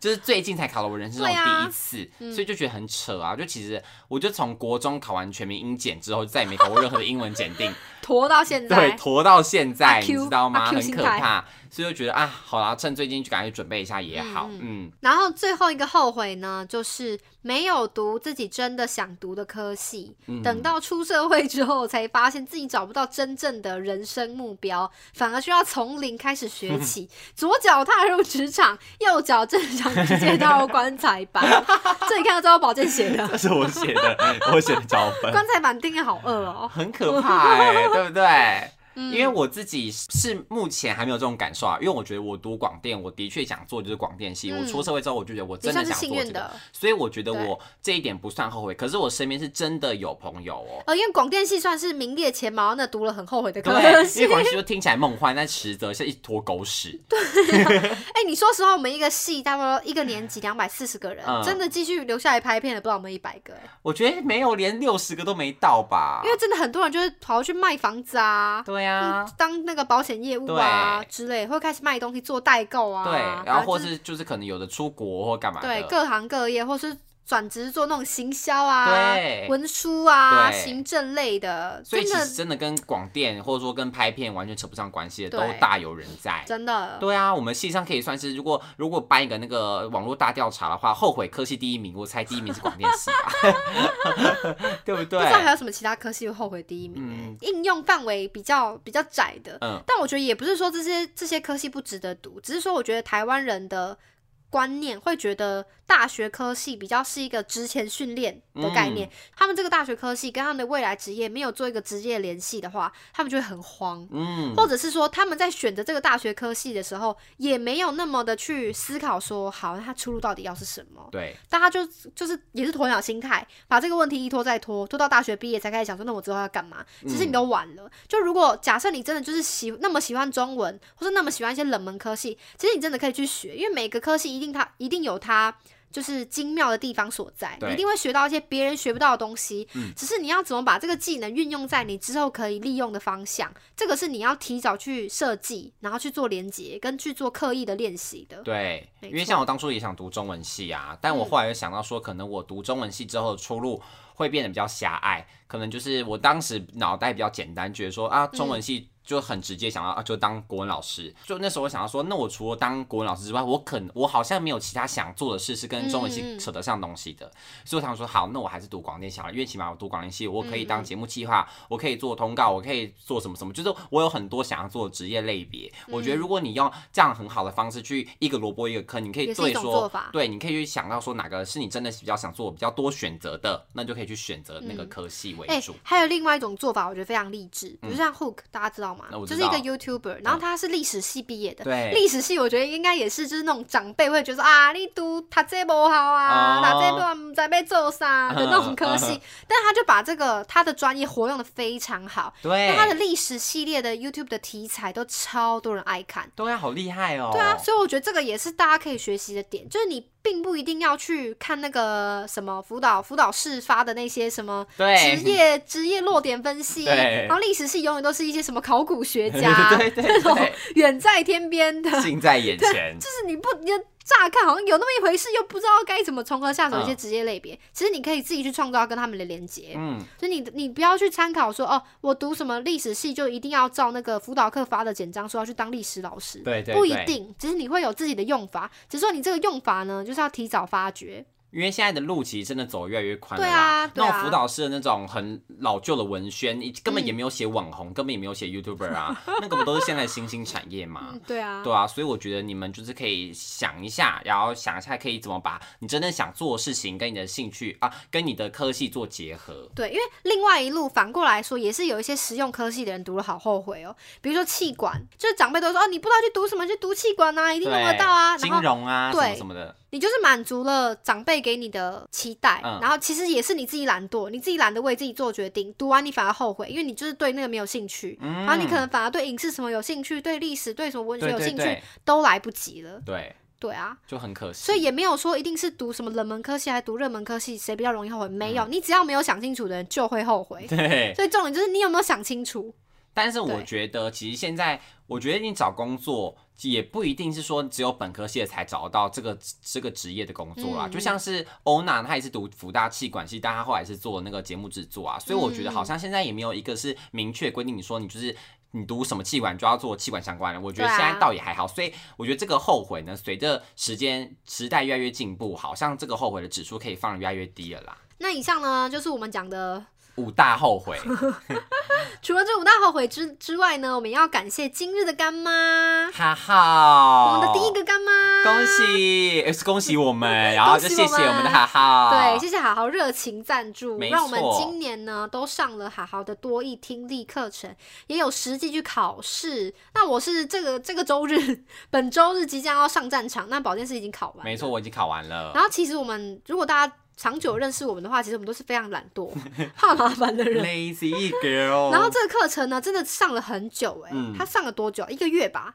S2: 就是最近才考了我人生中
S1: 对啊
S2: 第一次，所以就觉得很扯啊。就其实我就从国中考完全民英检之后，再也没考过任何的英文 检定，
S1: 拖到现
S2: 对，
S1: 在，
S2: 拖到现在，
S1: 阿
S2: 你
S1: Q，
S2: 知道吗？
S1: 阿 Q
S2: 很
S1: 心
S2: 可
S1: 态
S2: 怕，所以就觉得啊，好啦，趁最近就赶快去准备一下也好，嗯
S1: 然后最后一个后悔呢，就是没有读自己真的想读的科系，
S2: 嗯
S1: 等到出社会之后才发现自己找不到真正的人生目 标，反而需要从零开始学起，左脚踏入职场，右脚正常直接踏入棺材 板。这里看到招宝剑写的
S2: 这是我写的，我写的脚本，
S1: 棺材板定义好饿哦。
S2: 很可怕哎、对不对？
S1: 嗯
S2: 因为我自己是目前还没有这种感受啊，因为我觉得我读广电，我的确想做就是广电系。
S1: 嗯
S2: 我出社会之后，我就觉得我
S1: 你
S2: 真的
S1: 算是
S2: 想
S1: 幸
S2: 做
S1: 运
S2: 这个，
S1: 的，
S2: 所以我觉得
S1: 对
S2: 我这一点不算后悔。可是我身边是真的有朋友哦，
S1: 呃，因为广电系算是名列前茅，那读了很后悔的 科
S2: 对，
S1: 系
S2: 因为。广西就听起来梦幻，但实则是一坨狗屎。
S1: 哎、你说实话，我们一个系差不多一个年级两百四十个人，
S2: 嗯
S1: 真的继续留下来拍片的，不知道我们一百个、哎
S2: 我觉得没有连六十个都没到吧
S1: 因？为真的很多人就是跑去卖房子啊，
S2: 对啊。
S1: 当那个保险业务啊
S2: 对
S1: 之类，会开始卖东西做代购啊，
S2: 对，然后或
S1: 就是
S2: 就是可能有的出国或干嘛的，
S1: 对各行各业，或是转职做那种行销啊、
S2: 对
S1: 文书啊、
S2: 对
S1: 行政类的，
S2: 所以
S1: 真
S2: 其实
S1: 的
S2: 真的跟广电或者说跟拍片完全扯不上关系的，都
S1: 对
S2: 大有人在。
S1: 真的
S2: 对啊，我们系上可以算是，如果如果办一个那个网络大调查的话，后悔科系第一名，我猜第一名是广电系吧， 对
S1: 不
S2: 不对
S1: 知？道还有什么其他科系会后悔第一名、哎
S2: 嗯
S1: 应用范围比较比较窄的，
S2: 嗯，
S1: 但我觉得也不是说这些这些科系不值得读，只是说我觉得台湾人的观念会觉得大学科系比较是一个职前训练的概
S2: 嗯
S1: 念，他们这个大学科系跟他们的未来职业没有做一个职业联系的话，他们就会很慌。
S2: 嗯，
S1: 或者是说，他们在选择这个大学科系的时候，也没有那么的去思考说，好，那他出路到底要是什么？
S2: 对，
S1: 但他就就是也是鸵鸟心态，把这个问题一拖再拖，拖到大学毕业才开始想说，那我之后要干嘛？其实你都晚了。就如果假设你真的就是喜那么喜欢中文，或是那么喜欢一些冷门科系，其实你真的可以去学，因为每个科系一定它一定有它。就是精妙的地方所在，
S2: 对
S1: 你一定会学到一些别人学不到的东西。只是你要怎么把这个技能运用在你之后可以利用的方向，这个是你要提早去设计，然后去做连接，跟去做刻意的练习的。
S2: 对，
S1: 没
S2: 因为
S1: 错嗯
S2: 像我当初也想读中文系啊，但我后来又想到说，可能我读中文系之后的出路会变得比较狭隘，可能就是我当时脑袋比较简单，觉得说啊，中
S1: 嗯
S2: 文系就很直接想要、啊，就当国文老师。就那时候我想到说，那我除了当国文老师之外，我可能我好像没有其他想做的事是跟中文
S1: 嗯嗯
S2: 系扯得上东西的，所以我想说，好，那我还是读广电系好了，因为起码我读广电系，我可以当节目计划，我可以做通告，我可以做什么什么，就是我有很多想要做的职业类别。我觉得如果你用这样很好的方式去一个萝卜一个坑，你可以
S1: 也是一
S2: 对
S1: 种做
S2: 说
S1: 法，
S2: 对，你可以去想到说哪个是你真的比较想做、比较多选择的，那就可以去选择那个科系为
S1: 哎、
S2: 主。
S1: 还有另外一种做法，我觉得非常励志，比如像 Hook，、大家知道吗？
S2: 嗯那我
S1: 就
S2: 知
S1: 是一个
S2: 道嗯
S1: YouTuber，然后他是历史系毕业的。
S2: 对
S1: 历史系我觉得应该也是，就是那种长辈会觉得说啊，你读读这不好啊，
S2: 哦
S1: 读这不唔知被做啥的那种科系，
S2: 嗯嗯
S1: 但他就把这个他的专业活用的非常好，
S2: 对
S1: 那，他的历史系列的 YouTube 的题材都超多人爱看。
S2: 对啊，好厉害哦。
S1: 对啊，所以我觉得这个也是大家可以学习的点，就是你并不一定要去看那个什么辅导辅导室发的那些什么
S2: 对
S1: 职业职业落点分析，
S2: 对
S1: 然后历史系永远都是一些什么考古学家，
S2: 对对
S1: 那种
S2: 对，
S1: 远在天边的，就
S2: 近在眼前。
S1: 是你不你乍看好像有那么一回事，又不知道该怎么从何下手。一些
S2: 嗯
S1: 职业类别，其实你可以自己去创造跟他们的连接。
S2: 嗯，
S1: 所以你你不要去参考说哦，我读什么历史系就一定要照那个辅导课发的简章说要去当历史老师，
S2: 对对
S1: 不一
S2: 对
S1: 定，只是你会有自己的用法，只是说你这个用法呢，就是要提早发掘。
S2: 因为现在的路其实真的走越来越宽了
S1: 对
S2: 啦。
S1: 啊对
S2: 那
S1: 啊
S2: 种辅导式的那种很老旧的文宣，你根本也没有写网
S1: 嗯
S2: 红，根本也没有写 YouTuber 啊，那个不都是现在的新兴产业 嘛？
S1: 嗯，对啊，
S2: 对啊，所以我觉得你们就是可以想一下，然后想一下可以怎么把你真正想做的事情跟你的兴趣啊，跟你的科系做结合。
S1: 对，因为另外一路反过来说，也是有一些实用科系的人读了好后悔哦。比如说气管，就是长辈都说哦，你不知道去读什么，去读气管啊，一定弄得
S2: 对
S1: 到啊。然
S2: 金
S1: 后
S2: 融啊，什
S1: 对
S2: 么什么的，
S1: 你就是满足了长辈给你的期待，
S2: 嗯
S1: 然后其实也是你自己懒惰，你自己懒得为自己做决定，读完你反而后悔，因为你就是对那个没有兴趣，然后你可能反而对影视什么有兴趣，对历史、对什么文学
S2: 嗯对
S1: 有
S2: 对
S1: 兴趣，
S2: 对
S1: 都来不及了。
S2: 对，
S1: 对啊，
S2: 就很可惜。
S1: 所以也没有说一定是读什么冷门科系还是读热门科系谁比较容易后悔，
S2: 嗯
S1: 没有，你只要没有想清楚的人就会后悔。
S2: 对，
S1: 所以重点就是你有没有想清楚。
S2: 但是我
S1: 对
S2: 觉得，其实现在，我觉得你找工作也不一定是说只有本科系的才找得到这个这个职业的工作啦。
S1: 嗯
S2: 就像是欧娜，她也是读福大气管系，但她后来是做那个节目制作啊，所以我觉
S1: 嗯
S2: 得好像现在也没有一个是明确规定你说你就是。你读什么气管就要做气管相关的，我觉得
S1: 对啊
S2: 现在倒也还好，所以我觉得这个后悔呢，随着时间时代越来越进步，好像这个后悔的指数可以放得越来越低了啦。
S1: 那以上呢，就是我们讲的。
S2: 五大后悔，
S1: 除了这五大后悔之之外呢，我们也要感谢今日的干妈，
S2: 哈哈，
S1: 我们的第一个干妈，
S2: 恭喜， 呃恭喜 我们，然后就谢谢我们的哈哈。
S1: 对，谢谢好好热情赞助，
S2: 没
S1: 让我们
S2: 错
S1: 今年呢都上了好好的多益听力课程，也有实际去考试。那我是这个这个周日，本周日即将要上战场，那保健师已经考完，
S2: 没错，。我已经考完了
S1: 然，后其实我们如果大家长久认识我们的话，其实我们都是非常懒惰、 怕麻烦的人。
S2: ，Lazy E Girl。
S1: 然后这个课程呢，真的上了很久哎、
S2: 哦嗯
S1: 他上了多久？一个月吧，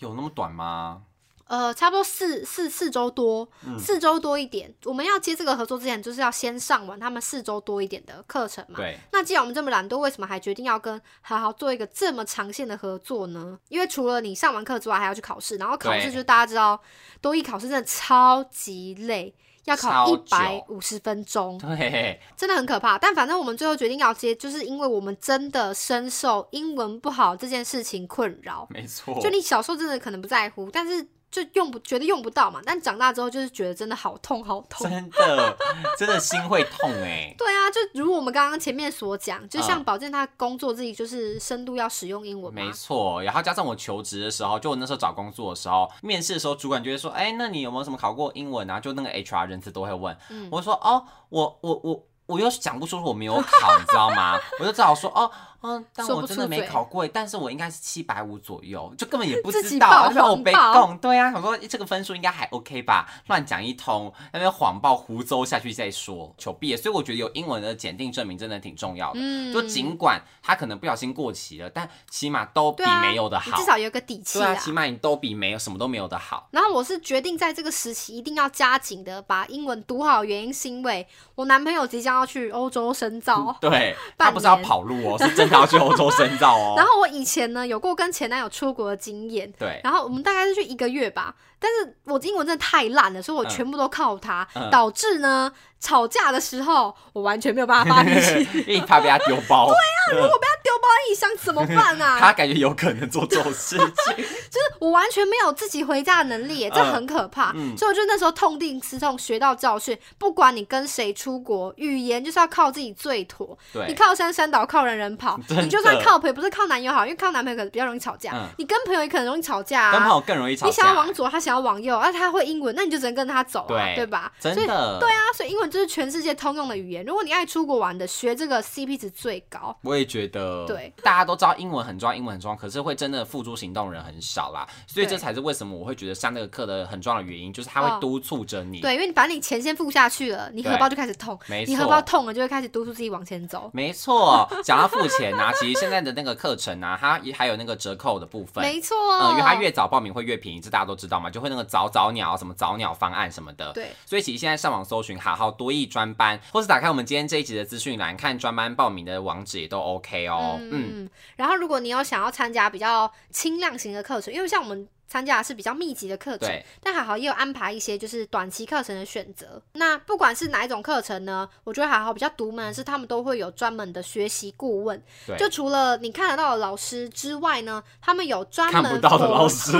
S2: 有那么短吗？
S1: 呃，差不多四四四周多，
S2: 嗯
S1: 四周多一点。我们要接这个合作之前，就是要先上完他们四周多一点的课程嘛。
S2: 对，
S1: 那既然我们这么懒惰，为什么还决定要跟好好做一个这么长线的合作呢？因为除了你上完课之外，还要去考试，然后考试
S2: 对
S1: 就是大家知道，多一考试真的超级累，要考
S2: 超
S1: 一
S2: 久
S1: 百五十分钟，
S2: 对，
S1: 真的很可怕。但反正我们最后决定要接，就是因为我们真的深受英文不好这件事情困扰。
S2: 没错。哦
S1: 就你小时候真的可能不在乎，但是就用不觉得用不到嘛，但长大之后就是觉得真的好痛好痛。
S2: 真的，真的心会痛哎、
S1: 对啊，就如我们刚刚前面所讲，就像
S2: 嗯
S1: 保健他工作自己就是深度要使用英文嘛
S2: 没，错，然后加上我求职的时候，就我那时候找工作的时候，面试的时候，主管就会说：“哎、那你有没有什么考过英文啊？”就那个 HR 人次都会问。
S1: 嗯
S2: 我就说：“哦，我我我我又讲不出我没有考，你知道吗？”我就只 好说：“哦，嗯，但
S1: 说
S2: 我
S1: 不
S2: 真
S1: 出
S2: 的没
S1: 嘴
S2: 考过，但是我应该是七百五左右，就根本也不
S1: 自
S2: 知
S1: 己
S2: 道，
S1: 报
S2: 然后我
S1: 谎
S2: 被
S1: 报
S2: 供。对啊，想说这个分数应该还 OK 吧，乱讲一通，那边谎报胡诌下去再说，求毕业。所以我觉得有英文的检定证明真的挺重要的。
S1: 嗯，
S2: 就尽管他可能不小心过期了，但起码都比
S1: 对啊
S2: 没有的
S1: 你
S2: 好。
S1: 至少有个底气
S2: 对啊，起码你都比没有什么都没有的好。
S1: 然后我是决定在这个时期一定要加紧的把英文读好，原因是因为我男朋友即将要去欧洲深造。
S2: 对，
S1: 半
S2: 他不是要
S1: 年
S2: 跑路哦，是真的要去欧洲深造
S1: 然
S2: 哦。
S1: 后我以前呢有过跟前男友出国的经验，
S2: 对，
S1: 然后我们大概是去一个月吧，但是我英文真的太烂了，所以我全部都靠他，
S2: 嗯
S1: 导致呢吵架的时候我完全没有办法发脾 气，
S2: 因为他被他丢包，
S1: 啊 丢包一箱怎么办啊？
S2: 他感觉有可能做这种事情。
S1: 就是我完全没有自己回家的能力耶，这
S2: 嗯
S1: 很可怕。
S2: 嗯
S1: 所以我就那时候痛定思痛，学到教训。不管你跟谁出国，语言就是要靠自己最妥。你
S2: 对，
S1: 靠山山倒，靠人人跑。
S2: 真的
S1: 你就算靠朋友，不是靠男友好，因为靠男朋友可能比较容易吵架。啊
S2: 嗯
S1: 你跟朋友也可能容易吵架
S2: 跟朋
S1: 啊。
S2: 友更容易吵
S1: 你想要
S2: 架
S1: 往。左，他想要往右，那、他会英文，那你就只能跟着他走啊，
S2: 对
S1: 吧？
S2: 真
S1: 所以
S2: 的，
S1: 对啊，所以英文就是全世界通用的语言。如果你爱出国玩的，学这个 CP 值最高。
S2: 我也觉得，
S1: 对，
S2: 大家都知道英文很重要，英文很重要，可是会真的付诸行动的人很少啦，所以这
S1: 对
S2: 才是为什么我会觉得上那个课的很重要的原因，就是他会
S1: 哦
S2: 督促着你，
S1: 对，因为你把你钱先付下去了，你荷
S2: 对
S1: 包就开始痛，
S2: 嗯没错，
S1: 你荷包痛了就会开始督促自己往前走。
S2: 没错，讲到付钱啊，其实现在的那个课程啊，它也还有那个折扣的部分。
S1: 没错，
S2: 嗯，因为它越早报名会越便宜，这大家都知道嘛，就会那个早早鸟什么早鸟方案什么的。
S1: 对，
S2: 所以其实现在上网搜寻好好多益专班，或是打开我们今天这一集的资讯栏，看专班报名的网址也都 OK 哦。嗯，
S1: 嗯，然后如果你有想要参加比较轻量型的课程，因为像我们参加的是比较密集的课程，
S2: 对，
S1: 但还好也有安排一些就是短期课程的选择。那不管是哪一种课程呢，我觉得还好比较独门的是他们都会有专门的学习顾问，
S2: 对
S1: 就除了你看得到的老师之外呢，他们有专
S2: 看
S1: 门
S2: 不到的
S1: 否
S2: 老师，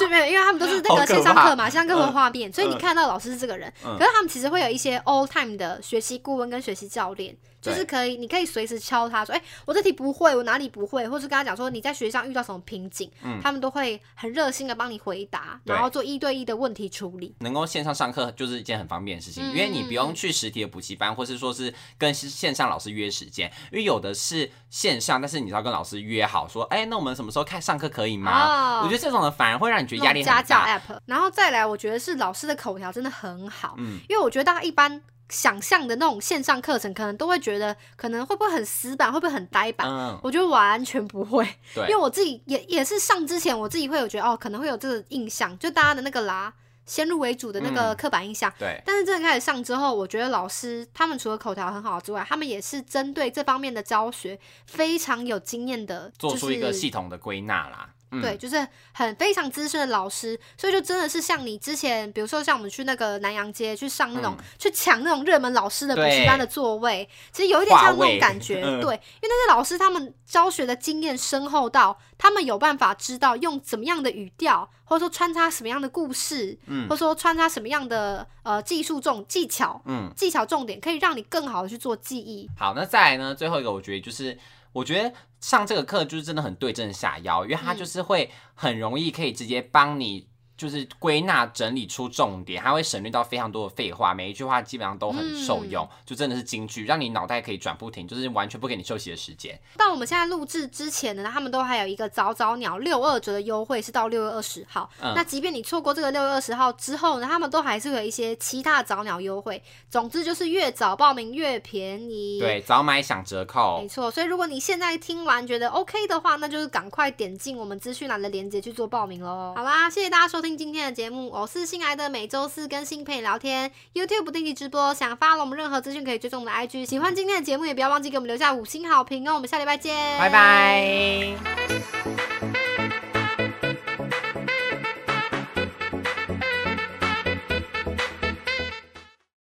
S1: 就没有，因为他们都是那
S2: 好
S1: 个
S2: 可
S1: 线上
S2: 怕
S1: 课嘛，线上课会有画面，所以你
S2: 嗯
S1: 看到老师是这个人。
S2: 嗯
S1: 可是他们其实会有一些 all time 的学习顾问跟学习教练，就
S2: 对
S1: 是可以，你可以随时敲他说，哎、我这题不会，我哪里不会，或是跟他讲说你在学校遇到什么瓶颈，
S2: 嗯
S1: 他们都会很热心的帮你回答，
S2: 对
S1: 然后做一对一的问题处理。
S2: 能够线上上课就是一件很方便的事情，
S1: 嗯
S2: 因为你不用去实体的补习班，或是说是跟线上老师约时间，因为有的是线上，但是你要跟老师约好说，哎、那我们什么时候开上课可以吗？
S1: 哦
S2: 我觉得这种的反而会让你觉得压力
S1: 那种家教
S2: 很大。
S1: app，然后再来，我觉得是老师的口条真的很好，
S2: 嗯
S1: 因为我觉得大家一般想象的那种线上课程，可能都会觉得可能会不会很死板，会不会很呆板，
S2: 嗯，
S1: 我觉得完全不会。因为
S2: 对，
S1: 我自己也也是上之前，我自己会有觉得哦，可能会有这个印象，就大家的那个啦，先入为主的那个
S2: 嗯
S1: 刻板印象。
S2: 对，
S1: 但是真的开始上之后，我觉得老师他们除了口条很好之外，他们也是针对这方面的教学非常有经验的，
S2: 做出一个
S1: 就是
S2: 系统的归纳啦。嗯，
S1: 对，就是很非常资深的老师，所以就真的是像你之前，比如说像我们去那个南洋街去上那
S2: 嗯
S1: 种、去抢那种热门老师的补习班的座位，其实有一点像
S2: 话
S1: 那
S2: 位
S1: 种感觉，
S2: 嗯
S1: 对，因为那些老师他们教学的经验深厚到，他们有办法知道用怎么样的语调，或者说穿插什么样的故事，
S2: 嗯
S1: 或者说穿插什么样的呃技术重技巧。
S2: 嗯，
S1: 技巧重点可以让你更好的去做记忆，
S2: 好，那再来呢？最后一个，我觉得就是，我觉得上这个课就是真的很对症下药，因为它
S1: 嗯
S2: 就是会很容易可以直接帮你。就是归纳整理出重点，它会省略到非常多的废话，每一句话基本上都很受
S1: 嗯
S2: 用，就真的是金句，让你脑袋可以转不停，就是完全不给你休息的时间。
S1: 但我们现在录制之前呢，他们都还有一个早早鸟六二折的优惠，是到六月二十号。
S2: 嗯
S1: 那即便你错过这个六月二十号之后呢，他们都还是会有一些其他早鸟优惠。总之就是越早报名越便宜。。
S2: 对，早买享折扣
S1: 没，错，所以如果你现在听完觉得 OK 的话，那就是赶快点进我们资讯栏的链接去做报名喽。好啦，谢谢大家收听今天的节目，我是新来的，每周四跟新陪你聊天，YouTube 不定期直播，想发了我们任何资讯可以追踪我们的 IG。喜欢今天的节目也不要忘记给我们留下五星好评哦，我们下礼拜见，
S2: 拜拜。